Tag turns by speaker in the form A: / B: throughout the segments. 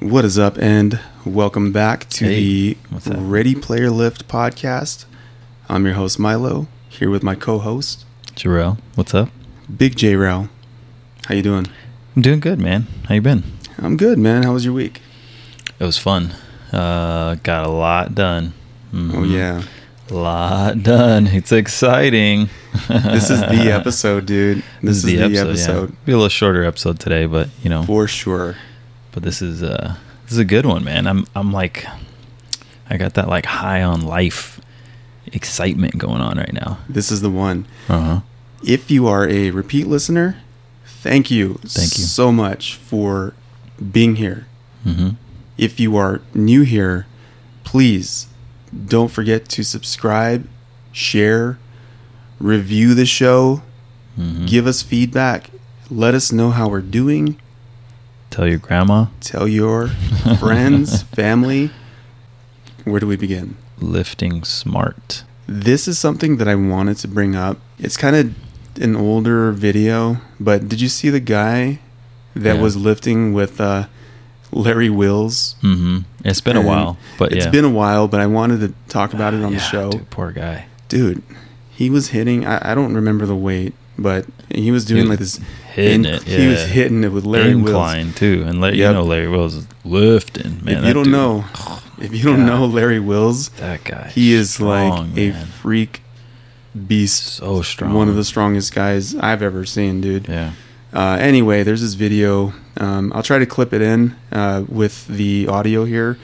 A: is up, and welcome back to
B: Hey,
A: the
B: what's up?
A: Ready Player Lift podcast. I'm your host Milo here with my co-host
B: Jarrell, what's up?
A: Big J Rao. How you doing?
B: I'm doing good, man. How you been?
A: I'm good, man. How was your week?
B: It was fun. Uh, got a lot done.
A: Oh
B: Mhm.
A: yeah,
B: a lot done. It's exciting.
A: this is the episode, dude. This, is, the episode,
B: Yeah. Be a little shorter episode today, but you know,
A: for sure.
B: but this is uh, this is a good one, man. I'm I'm like, I got that like high on life excitement going on right now.
A: This is the one.
B: Uh huh.
A: If you are a repeat listener, thank you,
B: Thank you.
A: so much for being here.
B: Mm-hmm.
A: If you are new here, please don't forget to subscribe, share, review the show,
B: hmm
A: give us feedback, let us know how we're doing,
B: Tell your grandma.
A: tell your friends, family. Where do we begin?
B: Lifting smart.
A: This is something that I wanted to bring up. It's kind of an older video, but did you see the guy that
B: Yeah.
A: was lifting with uh, Larry Wills?
B: Mm-hmm. It's been a
A: And
B: while, but
A: it's
B: yeah.
A: been a while, but I wanted to talk about it on the
B: Yeah,
A: show.
B: dude, poor guy.
A: Dude, he was hitting, I, I don't remember the weight, but he was doing
B: He
A: like
B: was
A: this.
B: Hitting
A: inc-
B: it. Yeah.
A: He was hitting it with Larry Wills.
B: Incline too, and Larry,
A: Yep.
B: you know Larry Wills is lifting. Man,
A: if
B: that
A: you don't
B: dude-
A: know, if you don't
B: God.
A: know Larry Wills,
B: that guy,
A: he is
B: strong,
A: like a
B: man.
A: freak beast.
B: so strong.
A: One of the strongest guys I've ever seen, dude.
B: yeah.
A: Uh, anyway, there's this video. Um, I'll try to clip it in uh, with the audio here.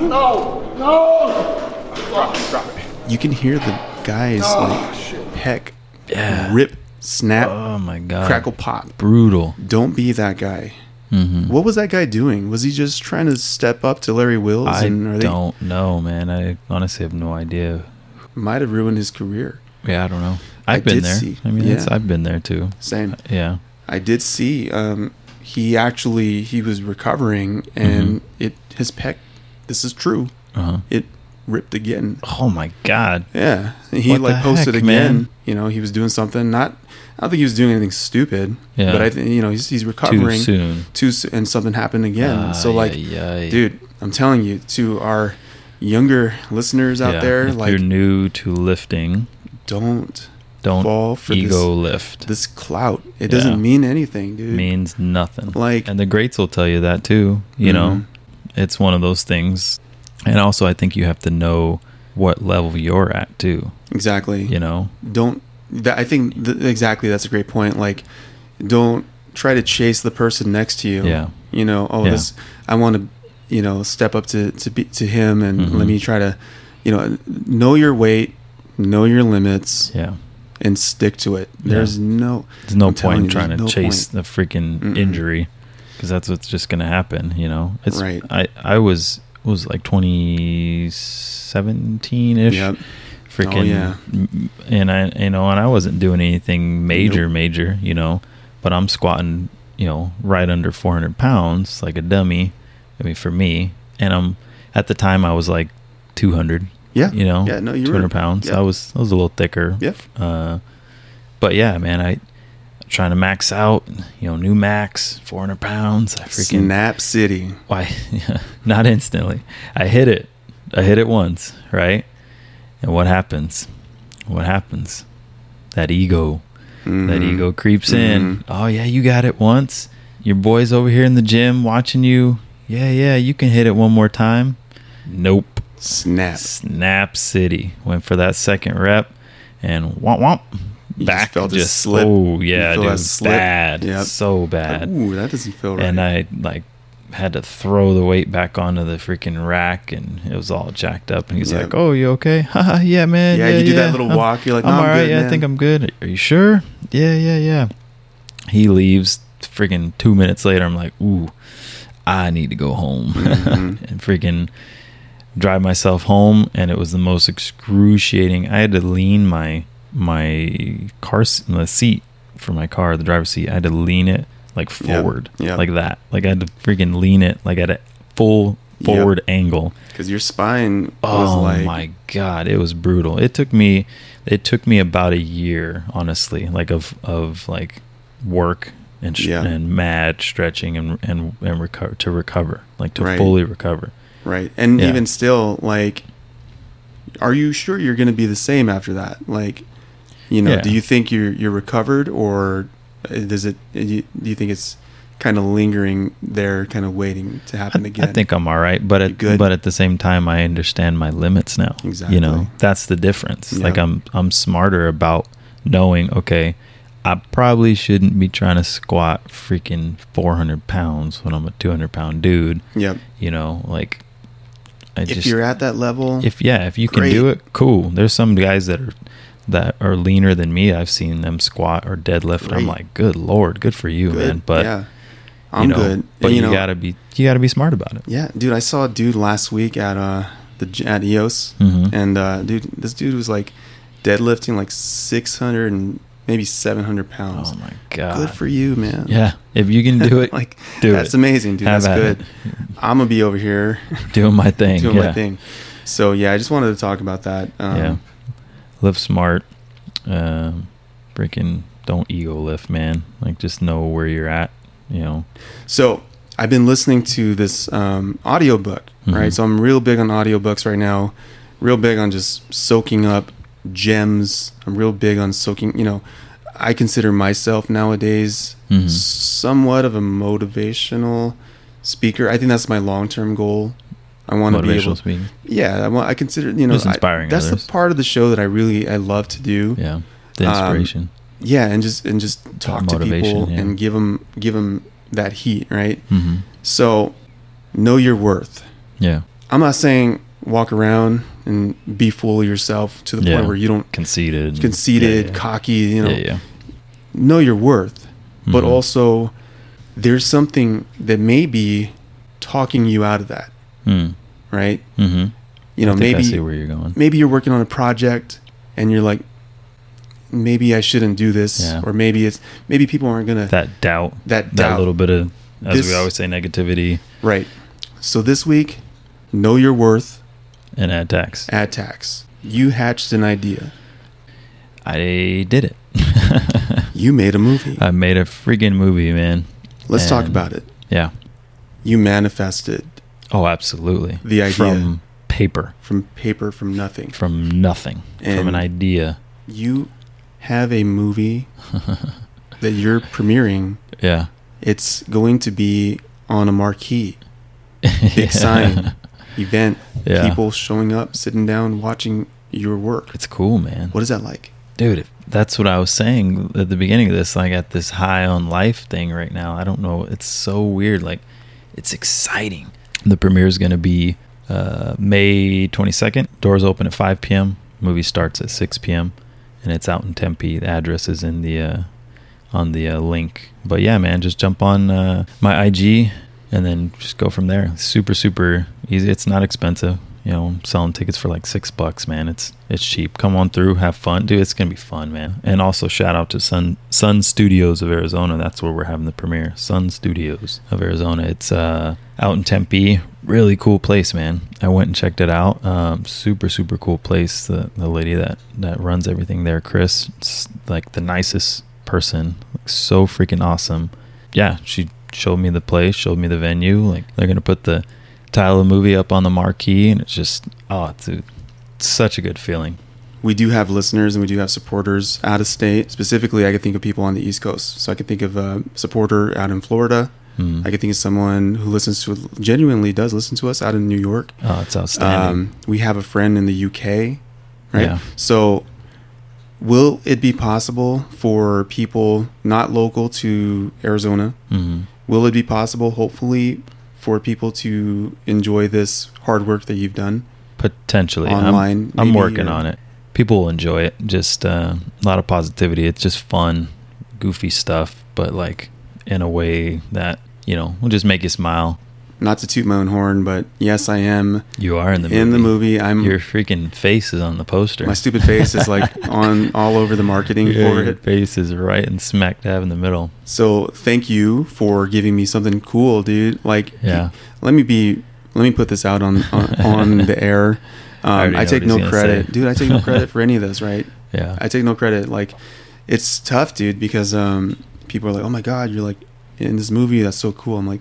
C: No, no.
A: You can hear the guys like heck,
B: Yeah.
A: rip, snap,
B: Ah. Oh my god.
A: crackle, pop.
B: Brutal.
A: Don't be that guy.
B: Mm-hmm.
A: What was that guy doing? Was he just trying to step up to Larry Wills?
B: I
A: and are they
B: don't know, man. I honestly have no idea.
A: might have ruined his career.
B: Yeah, I don't know. I've
A: I
B: been
A: did
B: there.
A: see-
B: I mean,
A: yeah.
B: it's, I've been there too.
A: Same.
B: Yeah.
A: I did see um, he actually he was recovering and
B: Mm-hmm.
A: it his pec. This is true.
B: Uh-huh.
A: It ripped again.
B: Oh my god.
A: Yeah, he
B: What
A: like
B: the
A: posted
B: heck,
A: again.
B: man?
A: You know, he was doing something. Not, I don't think he was doing anything stupid.
B: Yeah.
A: But I think you know he's he's
B: Too
A: recovering
B: soon.
A: too soon, and something happened again.
B: Ah,
A: so like,
B: yeah, yeah.
A: dude, I'm telling you, to our younger listeners out
B: Yeah,
A: there,
B: if
A: like,
B: you're new to lifting,
A: don't
B: don't
A: fall for this-
B: ego lift.
A: this clout. It
B: Yeah.
A: doesn't mean anything, dude.
B: means nothing.
A: Like- Mm-hmm.
B: and the greats will tell you that too. You know, it's one of those things. And also, I think you have to know what level you're at too.
A: Exactly.
B: You know,
A: Don't. That, I think th- exactly. That's a great point. Like, don't try to chase the person next to you.
B: yeah,
A: you know oh
B: Yeah.
A: this i want to you know step up to to be to him and
B: Mhm.
A: let me try to you know know your weight know your limits
B: yeah.
A: and stick to it
B: Yeah.
A: there's no
B: There's no
A: I'm telling
B: point in
A: you,
B: trying to
A: there's no
B: chase the freaking
A: Mm-mm.
B: injury because that's what's just going to happen. You know, it's
A: Right.
B: I I was was like 2017 ish.
A: Yep.
B: Freaking
A: Oh, yeah.
B: m- and I you know and I wasn't doing anything major major you know, but I'm squatting you know right under 400 pounds like a dummy. I mean for me, and I'm at the time I was like 200
A: yeah
B: you know,
A: yeah no you
B: 200
A: were
B: pounds.
A: yeah.
B: I was I was a little thicker.
A: Yep.
B: Uh, but yeah, man, I trying to max out. You know, new max, 400 pounds. I freaking
A: snap city
B: why? not instantly. I hit it. I hit it once, right? And what happens? What happens? That ego. That
A: Mhm.
B: ego creeps in.
A: Mm-hmm.
B: Oh yeah, you got it once. Your boy's over here in the gym watching you. Yeah, yeah, you can hit it one more time. Nope.
A: snap
B: Snap City went for that second rep and womp womp.
A: You just
B: Back
A: felt
B: just,
A: it slip.
B: oh
A: You
B: yeah,
A: feel
B: dude,
A: that slip.
B: bad,
A: Yep.
B: so bad.
A: ooh that doesn't feel right
B: And I like had to throw the weight back onto the freaking rack, and it was all jacked up. And he's
A: Yep.
B: like, "Oh, you okay? Haha, yeah, man.
A: Yeah,
B: Yeah,
A: you do that
B: yeah.
A: little
B: I'm-
A: walk, you're like,
B: I'm
A: "No, I'm
B: all right.
A: good,
B: yeah,
A: man."
B: I think I'm good. Are you sure? Yeah, yeah, yeah." He leaves. Freaking two minutes later, I'm like, "Ooh, I need to go home,"
A: Mm-hmm.
B: and freaking drive myself home and it was the most excruciating i had to lean my my car s- the seat for my car the driver's seat i had to lean it like
A: Yep,
B: forward
A: yep.
B: like that like i had to freaking lean it like at a full
A: Yep.
B: forward angle
A: because your spine was
B: oh
A: like
B: my god it was brutal it took me it took me about a year honestly like of of like work and sh-
A: Yeah.
B: and mad stretching and and and recover to recover, like to
A: Right.
B: fully recover.
A: Right. And
B: Yeah.
A: even still, like, are you sure you're going to be the same after that? Like, you know,
B: Yeah.
A: do you think you're you're recovered, or does it? Do you do you think it's kind of lingering there, kind of waiting to happen
B: I,
A: again?
B: I think I'm all right, but at,
A: good?
B: but at the same time, I understand my limits now.
A: Exactly.
B: You know, that's the difference.
A: Yeah.
B: Like I'm I'm smarter about knowing. Okay, I probably shouldn't be trying to squat freaking 400 pounds when I'm a 200 pound dude.
A: Yep.
B: You know, like I
A: If
B: just
A: you're at that level,
B: if yeah, if you can do
A: Great.
B: it, cool. There's some guys that are that are leaner than me. I've seen them squat or deadlift. and
A: Great.
B: I'm like, good lord, good for you,
A: good.
B: man. But
A: yeah,
B: you
A: I'm
B: know,
A: good.
B: But
A: And,
B: you,
A: know,
B: gotta be you gotta be smart about it.
A: Yeah, dude, I saw a dude last week at uh the gy- at EOS,
B: Mhm.
A: and uh, dude, this dude was like deadlifting like 600 and maybe 700 pounds.
B: Oh my god.
A: Good for you, man.
B: Yeah, if you can do it,
A: like
B: do
A: that's
B: it.
A: amazing, dude.
B: Have
A: that's
B: at
A: good. I'm gonna be over here
B: Doing my thing.
A: doing
B: yeah.
A: my thing. So yeah, I just wanted to talk about that. Um,
B: yeah. Live smart. Um, freaking don't ego lift, man. Like just know where you're at. You know.
A: So I've been listening to this um, audiobook, right?
B: Mhm.
A: So I'm real big on audiobooks right now, real big on just soaking up gems. I'm real big on soaking, you know, I consider myself nowadays
B: Mhm.
A: somewhat of a motivational speaker. I think that's my long term goal. I want to be able
B: Motivational speaking.
A: Yeah, I, want, I consider, you know,
B: Just
A: I-
B: inspiring
A: that's
B: others.
A: the part of the show that I really I love to do
B: Yeah. The
A: Um,
B: inspiration.
A: yeah and just and just talk to
B: motivation,
A: people
B: yeah.
A: and give them give them that heat right
B: hmm
A: so know your worth
B: Yeah.
A: i'm not saying walk around and be full of yourself to the
B: Yeah.
A: point where you don't
B: Conceited. and-
A: conceited
B: Yeah.
A: cocky you know
B: yeah, yeah.
A: know your worth but
B: Mhm.
A: also there's something that may be talking you out of that
B: Mm.
A: right
B: Mm-hmm.
A: you know
B: I think I see
A: maybe
B: where you're going.
A: maybe you're working on a project and you're like maybe i shouldn't do this
B: Yeah.
A: or maybe it's maybe people aren't gonna
B: That doubt.
A: that
B: That
A: doubt.
B: little bit of, as
A: This-
B: we always say, negativity
A: Right. So this week, know your worth
B: and add tax.
A: at tax. You hatched an idea.
B: I did it.
A: You made a movie.
B: I made a freaking movie, man.
A: Let's talk
B: and-
A: about it.
B: Yeah.
A: You manifested
B: Oh, absolutely.
A: The idea.
B: from paper,
A: from paper, from nothing.
B: from nothing, from an
A: And-
B: idea.
A: You have a movie that you're premiering.
B: Yeah.
A: It's going to be on a marquee,
B: Yeah.
A: big sign, event,
B: Yeah.
A: people showing up, sitting down, watching your work.
B: It's cool, man.
A: What is that like?
B: Dude, if- that's what I was saying at the beginning of this. Like at this high on life thing right now. I don't know. It's so weird. Like it's exciting. The premiere is going to be uh, May 22nd. Doors open at 5 p.m. Movie starts at 6 p.m. And it's out in Tempe. The address is in the uh, on the uh, link. But yeah, man, just jump on uh, my IG and then just go from there. Super, super easy. It's not expensive. You know, I'm selling tickets for like six bucks, man. It's it's cheap. Come on through, have fun, dude. It's gonna be fun, man. And also shout out to Sun Sun Studios of Arizona. That's where we're having the premiere. Sun Studios of Arizona. It's uh out in Tempe. Really cool place, man. I went and checked it out. Um, super super cool place. The the lady that that runs everything there, Chris, it's like the nicest person. Like, so freaking awesome. Yeah, she showed me the place, showed me the venue. Like they're gonna put the title of the movie up on the marquee, and it's just oh, dude, it's such a good feeling.
A: we do have listeners and we do have supporters out of state. Specifically, I could think of people on the East Coast. So I could think of a supporter out in Florida.
B: Mm.
A: I could think of someone who listens to genuinely does listen to us out in New York.
B: Oh, it's outstanding.
A: Um, we have a friend in the UK, right?
B: Yeah.
A: So will it be possible for people not local to Arizona?
B: Mhm.
A: Will it be possible, hopefully, for people to enjoy this hard work that you've done?
B: Potentially,
A: Online,
B: I'm, I'm
A: maybe, uh,
B: working
A: or-
B: on it. People will enjoy it. Just uh, a lot of positivity. It's just fun, goofy stuff, but like in a way that you know will just make you smile.
A: Not to toot my own horn, but yes, I am
B: You are in the
A: in the movie. I'm
B: Your freaking face is on the poster.
A: My stupid face is like on all over the marketing for
B: Your
A: it.
B: face is right and smack dab in the middle.
A: So thank you for giving me something cool, dude. Like,
B: Yeah.
A: let me be. Let me put this out on on, on the air.
B: I
A: Um,
B: already
A: I,
B: know
A: take
B: what he's
A: no
B: gonna
A: credit,
B: say.
A: dude. I take no credit for any of this, right?
B: Yeah.
A: I take no credit. Like, it's tough, dude, because um, people are like, "Oh my god, you're like in this movie. That's so cool." I'm like,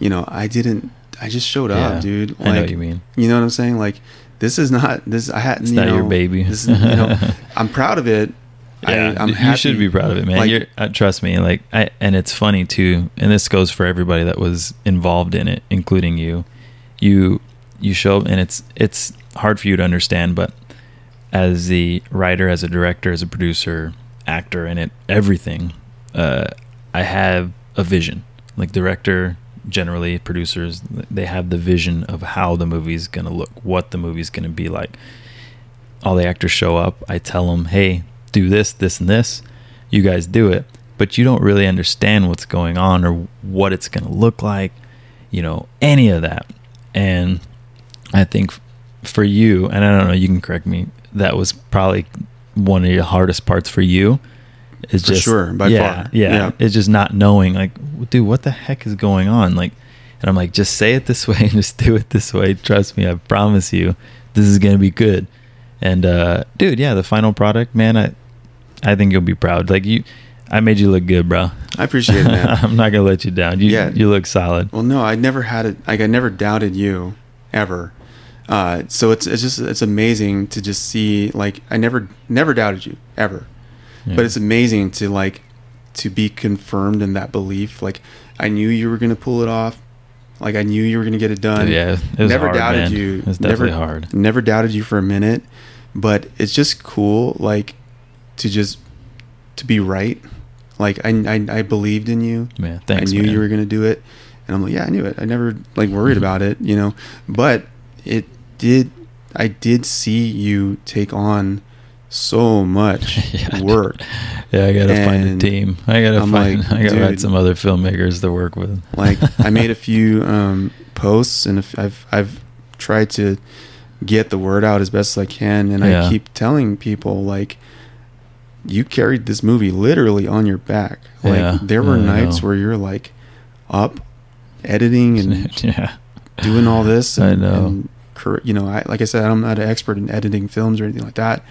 A: you know, I didn't. I just showed
B: Yeah.
A: up, dude. Like,
B: I know what you mean.
A: You know what I'm saying? Like, this is not this. I hadn't.
B: It's
A: you
B: not
A: know,
B: your baby.
A: This is, you know, I'm proud of it.
B: Yeah,
A: I, I'm
B: you
A: happy.
B: should be proud of it, man.
A: Like,
B: You're, uh, trust me, like, I, and it's funny too. And this goes for everybody that was involved in it, including you. You, you show up, and it's it's hard for you to understand, but as the writer, as a director, as a producer, actor in it, everything, uh, I have a vision. Like director, generally producers, they have the vision of how the movie's gonna look, what the movie's gonna be like. All the actors show up. I tell them, "Hey, do this, this, and this." You guys do it, but you don't really understand what's going on or what it's gonna look like. You know any of that, and I think f- for you, and I don't know, you can correct me. That was probably one of the hardest parts for you. Is
A: For
B: just,
A: sure, by
B: yeah,
A: far.
B: Yeah,
A: Yeah.
B: it's just not knowing, like, dude, what the heck is going on? Like, and I'm like, just say it this way and just do it this way. Trust me, I promise you, this is gonna be good. And uh, dude, yeah, the final product, man, I, I think you'll be proud. Like you, I made you look good, bro.
A: I appreciate it, man.
B: I'm not gonna let you down. You,
A: Yeah.
B: you look solid.
A: Well, no, I never had it. Like I never doubted you, ever. Uh, so it's it's just it's amazing to just see like I never never doubted you ever,
B: Yeah.
A: but it's amazing to like to be confirmed in that belief. Like I knew you were gonna pull it off. Like I knew you were gonna get it done.
B: Yeah, it was
A: never
B: hard,
A: doubted
B: man.
A: you.
B: It was
A: never
B: definitely hard.
A: Never doubted you for a minute, but it's just cool. Like to just to be right. Like I I, I believed in you.
B: Man, thanks.
A: I knew
B: man. Mm-hmm.
A: you were gonna do it, and I'm like, yeah, I knew it. I never like worried about it, you know. But it did. I did see you take on so much
B: Yeah.
A: work.
B: Yeah, I gotta find a
A: And
B: team. I gotta
A: I'm
B: find.
A: like,
B: I gotta find
A: dude.
B: some other filmmakers to work with.
A: Like I made a few um, posts, and if I've I've tried to get the word out as best as I can, and
B: Yeah.
A: I keep telling people like. You carried this movie literally on your back. Like
B: Yeah, Mm,
A: there were
B: I
A: nights
B: know.
A: where you're like up editing and
B: yeah,
A: doing all this.
B: I
A: And,
B: know.
A: And, cor- you know, I, like I said, I'm not an expert in editing films or anything like that,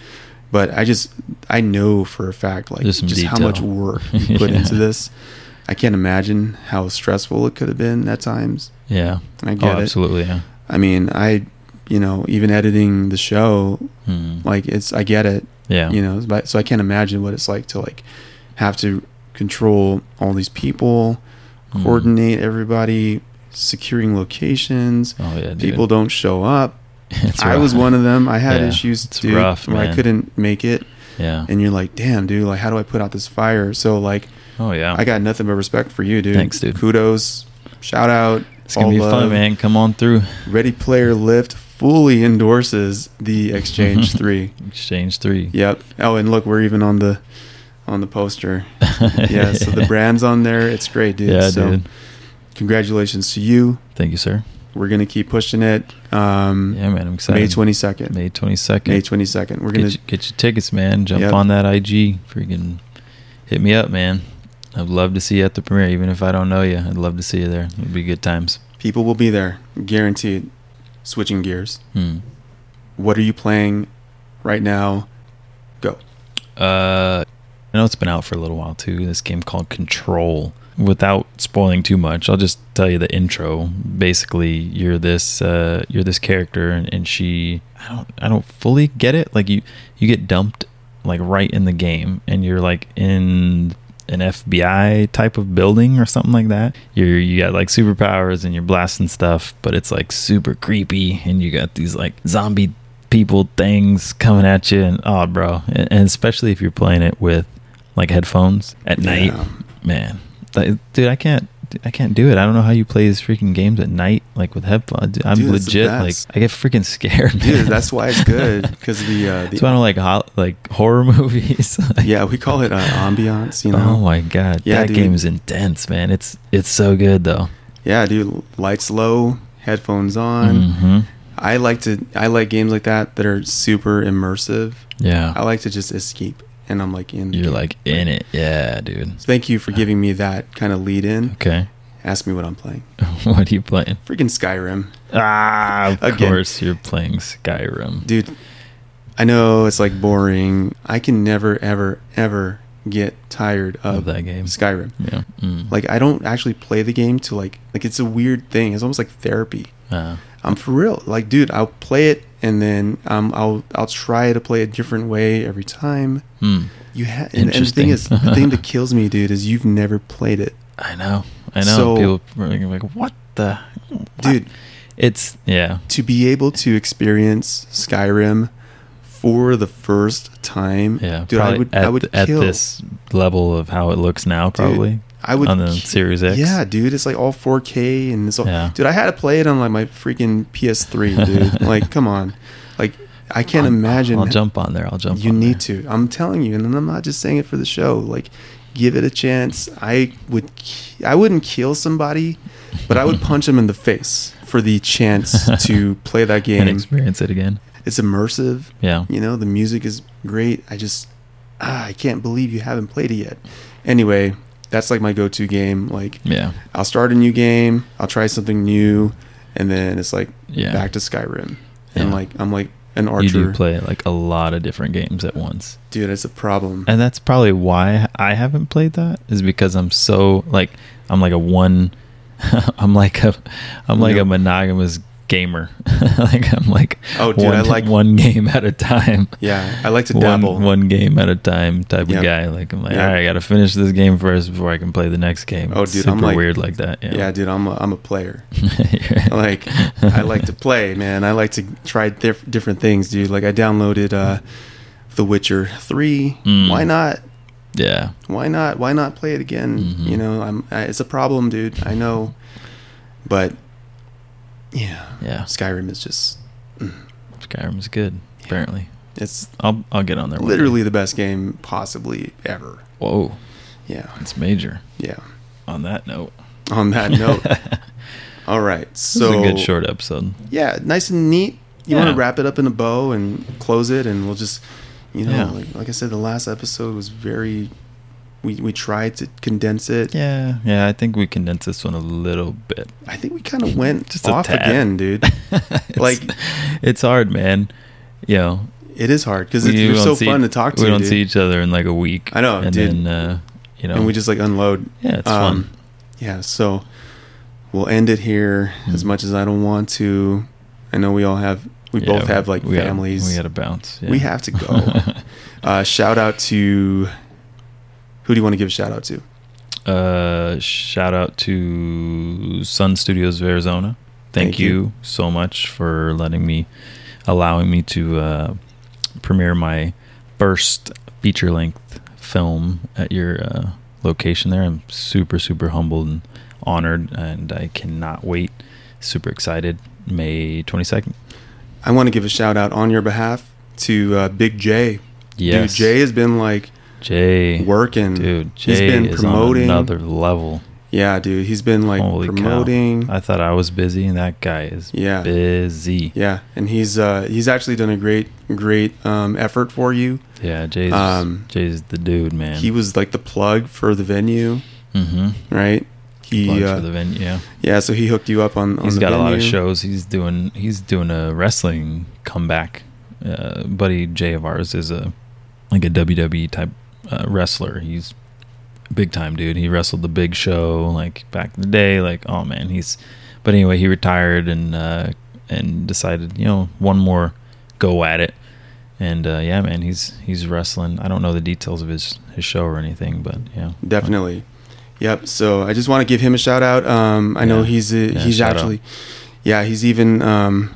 A: but I just I know for a fact like
B: There's some
A: just how much
B: detail.
A: work you put
B: Yeah.
A: into this. I can't imagine how stressful it could have been at times.
B: yeah.
A: I
B: Oh,
A: get it.
B: absolutely. Yeah.
A: I mean, I you know even editing the show
B: Hmm.
A: like it's I get it.
B: yeah.
A: You know, but so I can't imagine what it's like to like have to control all these people,
B: Hmm.
A: coordinate everybody, securing locations,
B: Oh yeah. Dude.
A: people don't show up.
B: It's
A: I
B: rough.
A: was one of them. I had
B: Yeah,
A: issues
B: it's
A: dude,
B: rough,
A: where
B: man.
A: I couldn't make it,
B: Yeah.
A: and you're like, "Damn, dude! Like, how do I put out this fire?" So like,
B: Oh yeah.
A: I got nothing but respect for you, dude.
B: Thanks, dude.
A: Kudos, shout out.
B: it's gonna
A: all uh,
B: be
A: love.
B: fun, man. Come on through.
A: Ready Player Lift fully endorses the Exchange Three.
B: Exchange three.
A: Yep. Oh, and look, we're even on the on the poster. Yeah. So the brand's on there. It's great, dude.
B: Yeah,
A: so
B: dude.
A: congratulations to you.
B: Thank you, sir.
A: We're gonna keep pushing it. Um,
B: Yeah, man. I'm excited.
A: May twenty second.
B: May twenty second.
A: May twenty second. We're gonna
B: get, you, get your tickets, man. Jump
A: Yep.
B: on that IG. Freaking hit me up, man. I'd love to see you at the premiere, even if I don't know you. I'd love to see you there. It'd be good times.
A: People will be there, guaranteed. Switching gears.
B: Hmm.
A: What are you playing right now? Go.
B: Uh, I know it's been out for a little while too. This game called Control. Without spoiling too much, I'll just tell you the intro. Basically, you're this uh, you're this character, and, and she I don't I don't fully get it. Like you you get dumped like right in the game, and you're like in an FBI type of building or something like that. You're you got like superpowers and you're blasting stuff, but it's like super creepy, and you got these like zombie people things coming at you, and oh, bro, and, and especially if you're playing it with like headphones at night,
A: Yeah.
B: man, Like, dude, I can't. I can't do it. I don't know how you play these freaking games at night, like with headphones. Dude, I'm
A: Dude, it's the
B: legit like
A: best.
B: I get freaking scared. Man.
A: Dude, that's why it's good because the uh,
B: That's why I
A: the
B: don't like ho- like horror movies. Like-
A: yeah we call it uh, ambiance. You know.
B: Oh my god,
A: Yeah,
B: that
A: dude.
B: game is intense, man. It's it's so good though.
A: Yeah, dude. Lights low, headphones on.
B: hmm
A: I like to. I like games like that that are super immersive.
B: Yeah,
A: I like to just escape, and I'm like in. the
B: you're
A: game.
B: like in it. Yeah, dude.
A: So thank you for giving me that kind of lead in.
B: Okay,
A: Ask me what I'm playing.
B: what are you playing?
A: Freaking Skyrim.
B: Ah, of
A: Again.
B: course you're playing Skyrim.
A: dude i know it's like boring i can never ever ever get tired of,
B: Of that game.
A: Skyrim.
B: Yeah. Mm.
A: Like I don't actually play the game to like like it's a weird thing. It's almost like therapy.
B: Uh,
A: I'm for real. Like, dude, I'll play it and then um, I'll I'll try to play a different way every time.
B: mm.
A: You ha- and, and the thing
B: Interesting.
A: is, the thing that kills me, dude, is you've never played it,
B: I know. I know.
A: So-
B: People are gonna be like, what the? what?"
A: dude.
B: It's, yeah.
A: To be able to experience Skyrim for the first time,
B: Yeah.
A: dude, I
B: probably
A: would
B: at,
A: I would
B: at
A: kill.
B: this level of how it looks now,
A: Dude,
B: probably.
A: I would
B: on the
A: ki-
B: Series X.
A: Yeah, dude, it's like all 4K and it's all.
B: Yeah.
A: Dude, I had to play it on like my freaking PS3, dude. like, come on, like I can't
B: I'll-
A: imagine.
B: I'll jump on there. I'll jump
A: You
B: on
A: need
B: there.
A: to. I'm telling you, and I'm not just saying it for the show. Like, give it a chance. I would. ki- I wouldn't kill somebody, but I would punch them in the face for the chance to play that
B: and
A: game.
B: experience it again.
A: It's immersive.
B: Yeah.
A: You know, the music is great. I just, ah, I can't believe you haven't played it yet. Anyway, that's like my go-to game. Like,
B: Yeah.
A: I'll start a new game. I'll try something new, and then it's like
B: Yeah.
A: back to Skyrim. And
B: Yeah.
A: like I'm like an
B: You do
A: archer,
B: play like a lot of different games at once.
A: dude. It's a problem.
B: And that's probably why I haven't played that is because I'm so like I'm like a one I'm like a I'm like
A: Yeah.
B: a monogamous gamer. like I'm like
A: Oh, dude,
B: one,
A: I like-
B: one game at a time.
A: Yeah, I like to
B: One,
A: dabble.
B: one game at a time type
A: Yeah.
B: of guy. Like I'm like,
A: Yeah.
B: all right, I gotta finish this game first before I can play the next game.
A: Oh,
B: It's
A: dude,
B: super
A: I'm like-
B: weird like that.
A: yeah.
B: Yeah,
A: dude, I'm a, I'm a player.
B: Yeah.
A: Like I like to play, man. I like to try diff- different things, dude. Like I downloaded uh, The Witcher Three.
B: Mm.
A: Why not?
B: Yeah.
A: Why not? Why not play it again?
B: Mhm.
A: You know, I'm. I, it's a problem, dude. I know, but yeah,
B: Yeah.
A: Skyrim is just
B: Skyrim's good, apparently.
A: it's
B: I'll I'll get on there. one day.
A: literally the best game possibly ever.
B: Whoa,
A: Yeah,
B: it's major.
A: yeah.
B: On that note.
A: On that note, all right.
B: This
A: So
B: is a good short episode.
A: yeah, nice and neat. You want
B: Yeah.
A: to wrap it up in a bow and close it, and we'll just, you know,
B: Yeah.
A: like, like I said, the last episode was very. We we tried to condense it.
B: Yeah, yeah. I think we condensed this one a little bit.
A: I think we kind of went
B: Just a
A: off
B: tad.
A: again, dude.
B: It's-
A: Like-
B: it's hard, man. You know,
A: It is hard because
B: we
A: you're
B: don't
A: so
B: see-
A: fun to talk to.
B: We don't
A: dude.
B: see each other in like a week.
A: I know,
B: and
A: dude.
B: then uh, you know,
A: and we just like unload.
B: yeah, it's
A: um,
B: fun.
A: Yeah, so we'll end it here.
B: Hmm.
A: As much as I don't want to, I know we all have. We
B: Yeah,
A: both have like
B: we gotta-
A: families.
B: we got to bounce.
A: We have to go. Uh, shout out to who do you want to give a shout out to?
B: uh, shout out to Sun Studios of Arizona. Thank,
A: Thank
B: you.
A: you.
B: so much for letting me, allowing me to uh, premiere my first feature length film at your uh, location there. I'm super, super humbled and honored, and I cannot wait. Super excited. May 22nd.
A: I want to give a shout out on your behalf to uh, Big J.
B: Yes.
A: Dude, Jay has been like
B: Jay.
A: working.
B: Dude, Jay
A: he's been
B: is
A: promoting.
B: on another level.
A: Yeah, dude, he's been like
B: Holy
A: promoting.
B: cow. I thought I was busy, and that guy is
A: Yeah.
B: busy.
A: Yeah, and he's uh, he's actually done a great great um, effort for you.
B: Yeah, Jay's
A: Um,
B: Jay's the dude, man.
A: He was like the plug for the venue,
B: mm-hmm.
A: right? He
B: for the
A: uh,
B: venue. Yeah,
A: yeah, so he hooked you up on. on
B: he's
A: the
B: got a lot of
A: venue.
B: shows. He's doing he's doing a wrestling comeback. Uh, buddy Jay of ours is a like a WWE type uh, wrestler. He's a big time dude. He wrestled the Big Show like back in the day. Like oh man, he's. But anyway, he retired and uh, and decided you know one more go at it. And uh, yeah, man, he's he's wrestling. I don't know the details of his his show or anything, but yeah,
A: Definitely. Yep. So I just want to give him a shout out. Um, I know
B: Yeah.
A: he's a,
B: Yeah,
A: he's
B: shout out.
A: actually, yeah, he's even um,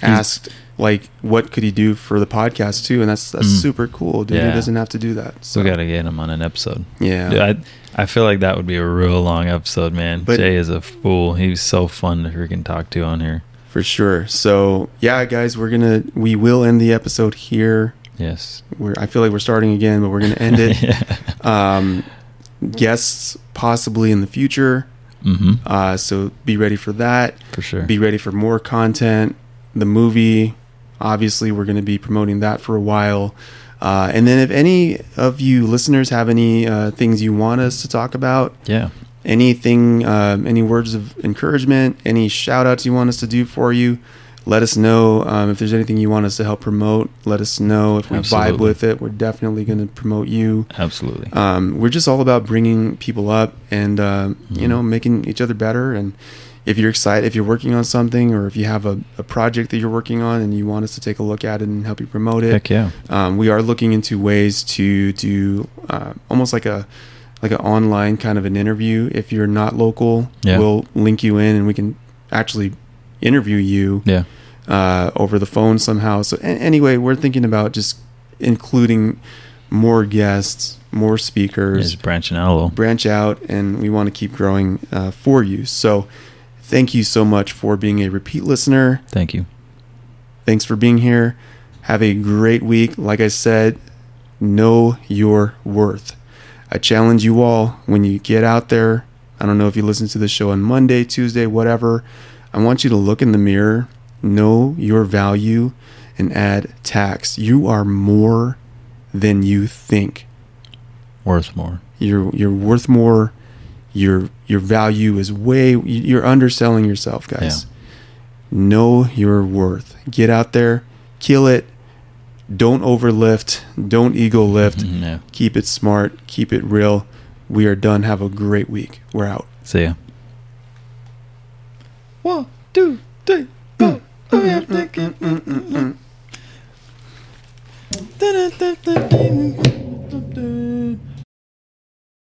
A: asked like what could he do for the podcast too, and that's that's
B: Mm.
A: super cool, dude.
B: Yeah.
A: He doesn't have to do that. So
B: We gotta get him on an episode.
A: yeah,
B: Dude, I I feel like that would be a real long episode, man.
A: But-
B: Jay is a fool. He's so fun to freaking talk to on here.
A: for sure. So yeah, guys, we're gonna we will end the episode here.
B: Yes.
A: We're I feel like we're starting again, but we're gonna end it.
B: yeah.
A: um, guests possibly in the future.
B: hmm
A: Uh, so be ready for that.
B: For sure.
A: be ready for more content. The movie, obviously, we're going to be promoting that for a while. Uh, and then, if any of you listeners have any uh, things you want us to talk about,
B: yeah.
A: anything, um, any words of encouragement, any shout outs you want us to do for you, Let us know um, if there's anything you want us to help promote. Let us know if we vibe
B: Absolutely.
A: with it. We're definitely going to promote you.
B: Absolutely.
A: Um, we're just all about bringing people up and uh, you know making each other better. And if you're excited, if you're working on something, or if you have a, a project that you're working on and you want us to take a look at it and help you promote it,
B: Heck yeah.
A: um, we are looking into ways to do uh, almost like a like an online kind of an interview. If you're not local,
B: Yeah.
A: we'll link you in and we can actually interview you
B: Yeah.
A: uh, over the phone somehow. So a- anyway, we're thinking about just including more guests, more speakers,
B: Just branching out a little.
A: branch out, and we want to keep growing uh, for you. So thank you so much for being a repeat listener.
B: Thank you.
A: Thanks for being here. Have a great week. Like I said, know your worth. I challenge you all when you get out there. I don't know if you listen to the show on Monday, Tuesday, whatever. I want you to look in the mirror, know your value, and add tax. You are more than you think.
B: Worth more.
A: You're you're worth more. Your your value is way. You're underselling yourself, guys.
B: Yeah.
A: Know your worth. Get out there, kill it. Don't overlift. Don't ego lift.
B: Mhm, Yeah.
A: Keep it smart. Keep it real. We are done. Have a great week. We're out.
B: See ya.
D: One, two, three.